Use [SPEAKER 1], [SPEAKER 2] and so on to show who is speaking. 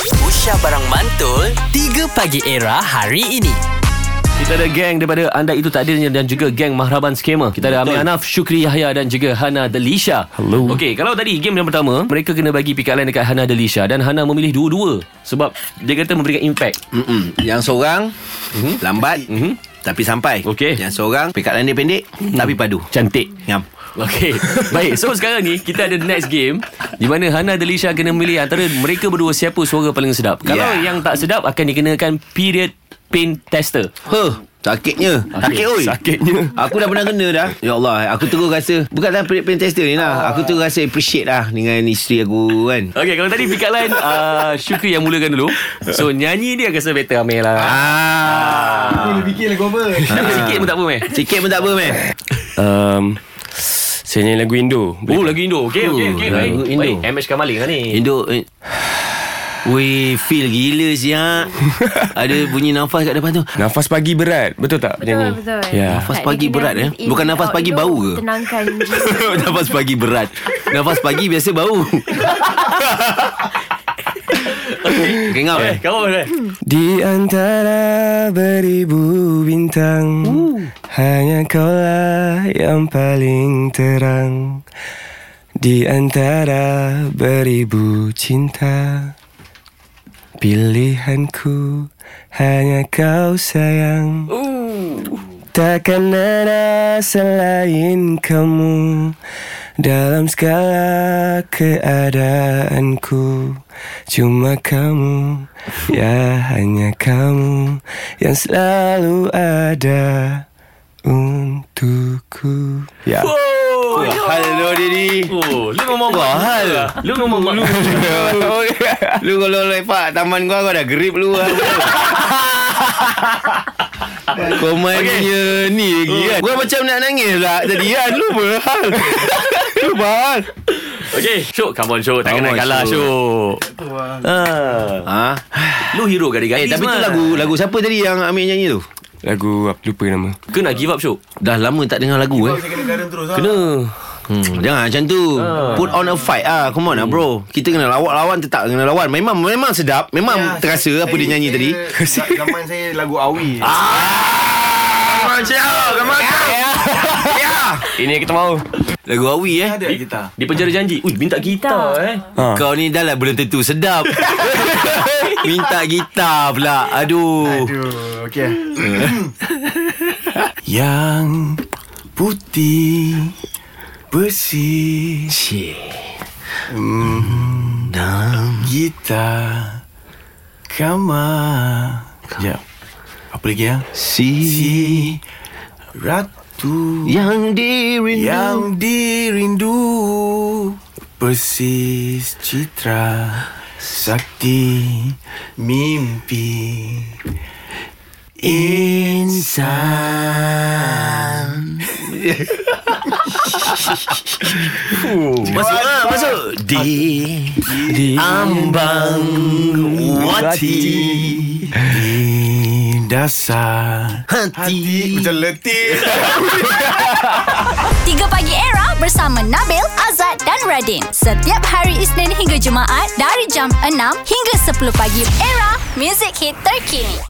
[SPEAKER 1] Aisyah Barang Mantul 3 Pagi Era hari ini
[SPEAKER 2] Kita ada geng daripada Anda Itu Tak Adilnya dan juga geng Mahraban Skema. Kita ada Amir Anaf, Syukri Yahya dan juga Hana Delisha.
[SPEAKER 3] Hello.
[SPEAKER 2] Okey, kalau tadi game yang pertama, mereka kena bagi pick up line dekat Hana Delisha dan Hana memilih dua-dua sebab dia kata memberikan impact.
[SPEAKER 3] Mm-mm. Yang seorang mm-hmm. Lambat mm-hmm. Tapi sampai
[SPEAKER 2] Okey.
[SPEAKER 3] Yang seorang Pekat landing pendek mm-hmm. Tapi padu
[SPEAKER 2] Cantik.
[SPEAKER 3] Ngam
[SPEAKER 2] Okey. Baik, so sekarang ni kita ada next game di mana Hana Delisha kena memilih antara mereka berdua siapa suara paling sedap. Kalau
[SPEAKER 3] Yeah.
[SPEAKER 2] yang tak sedap akan dikenakan period pain tester.
[SPEAKER 3] Huh Sakitnya Sakit oi
[SPEAKER 2] Sakitnya.
[SPEAKER 3] Aku dah pernah kena dah Ya Allah Aku terus rasa Bukan dalam pen tester ni lah Aku terus rasa appreciate lah Dengan isteri aku kan
[SPEAKER 2] Okey, kalau tadi pick up line uh, Syukri yang mulakan dulu. So nyanyi dia rasa better Amir lah.
[SPEAKER 3] Ah.
[SPEAKER 2] Nak sikit pun tak apa meh.
[SPEAKER 3] Sikit pun tak apa man
[SPEAKER 4] Um, saya nyanyi lagu Indo.
[SPEAKER 2] Oh lagu Indo. Okey okey okey. Baik.
[SPEAKER 3] lagu Indo.
[SPEAKER 2] Baik. MS Kamali kan ni.
[SPEAKER 3] Indo eh. Weh feel gila siap Ada bunyi nafas kat depan tu
[SPEAKER 4] Nafas pagi berat. Betul tak?
[SPEAKER 5] Betul, betul.
[SPEAKER 4] Ya.
[SPEAKER 3] Nafas
[SPEAKER 5] Tak,
[SPEAKER 3] pagi
[SPEAKER 5] dia kena
[SPEAKER 3] berat, eh?
[SPEAKER 5] in
[SPEAKER 3] Bukan
[SPEAKER 5] and
[SPEAKER 3] nafas
[SPEAKER 5] out
[SPEAKER 3] pagi
[SPEAKER 5] dulu,
[SPEAKER 3] bau ke?
[SPEAKER 5] Tenangkan jiwa.
[SPEAKER 3] Nafas pagi berat Nafas pagi biasa bau Okay ngam eh
[SPEAKER 2] Kamu boleh.
[SPEAKER 4] Di antara beribu bintang Hanya kaulah yang paling terang Di antara beribu cinta Pilihanku hanya kau sayang Takkan ada selain kamu Dalam segala keadaanku Cuma kamu Ya hanya kamu Yang selalu ada Untukku Ya
[SPEAKER 3] Hello Didi
[SPEAKER 2] Oh, lu ngomong
[SPEAKER 3] Wah, hal.
[SPEAKER 2] Lu ngomong mak.
[SPEAKER 3] Lu kalau lepak taman kau Kau dah grip lu lah Kau mainnya ni lagi kan Gua macam nak nangis lah Tadi kan Lu berhal Lu berhal
[SPEAKER 2] Okey, Syuk, come on Syuk. Takkan
[SPEAKER 3] Come
[SPEAKER 2] nak
[SPEAKER 3] on,
[SPEAKER 2] kalah
[SPEAKER 3] Syuk.
[SPEAKER 2] Syuk. Ah.
[SPEAKER 3] Ha?
[SPEAKER 2] Lu hero gadis-gadis.
[SPEAKER 3] Eh tapi tu
[SPEAKER 2] man.
[SPEAKER 3] lagu Lagu siapa tadi yang Amir nyanyi tu
[SPEAKER 4] Lagu apa lupa nama
[SPEAKER 2] Kau nak give up Syuk?
[SPEAKER 3] Dah lama tak dengar lagu eh
[SPEAKER 6] ha?
[SPEAKER 2] Kena.
[SPEAKER 3] Hmm, jangan macam tu. Put on a fight ah. Come on lah bro. Kita kena lawan lawan tetap kena lawan. Memang memang sedap. Memang terasa apa dia nyanyi tadi.
[SPEAKER 6] Ya,
[SPEAKER 3] Ah.
[SPEAKER 6] Zaman saya lagu Awi.
[SPEAKER 3] Macam kamu
[SPEAKER 4] Ini yang kita mau
[SPEAKER 3] Ya, Lagu Awi eh.
[SPEAKER 6] Ada kita.
[SPEAKER 2] Di penjara janji. Ui, minta gitar eh.
[SPEAKER 4] ha.
[SPEAKER 3] Kau ni dah lah belum tentu sedap. Minta gitar pula. Aduh.
[SPEAKER 6] Aduh, okey.
[SPEAKER 4] Yang
[SPEAKER 6] Putih bersih
[SPEAKER 3] Dalam
[SPEAKER 6] gitar kamar. Ya. Apa lagi ya?
[SPEAKER 3] si
[SPEAKER 6] Si ratu
[SPEAKER 3] yang dirindu.
[SPEAKER 6] yang dirindu persis citra sakti mimpi insan
[SPEAKER 3] Masuk ah, masuk. Di
[SPEAKER 4] di
[SPEAKER 3] ambang wati
[SPEAKER 6] Di dasar
[SPEAKER 3] hati.
[SPEAKER 6] Macam letih
[SPEAKER 7] 3 Pagi Era bersama Nabil, Azad dan Radin. Setiap hari Isnin hingga Jumaat dari jam 6 hingga 10 pagi. Era, music hit terkini.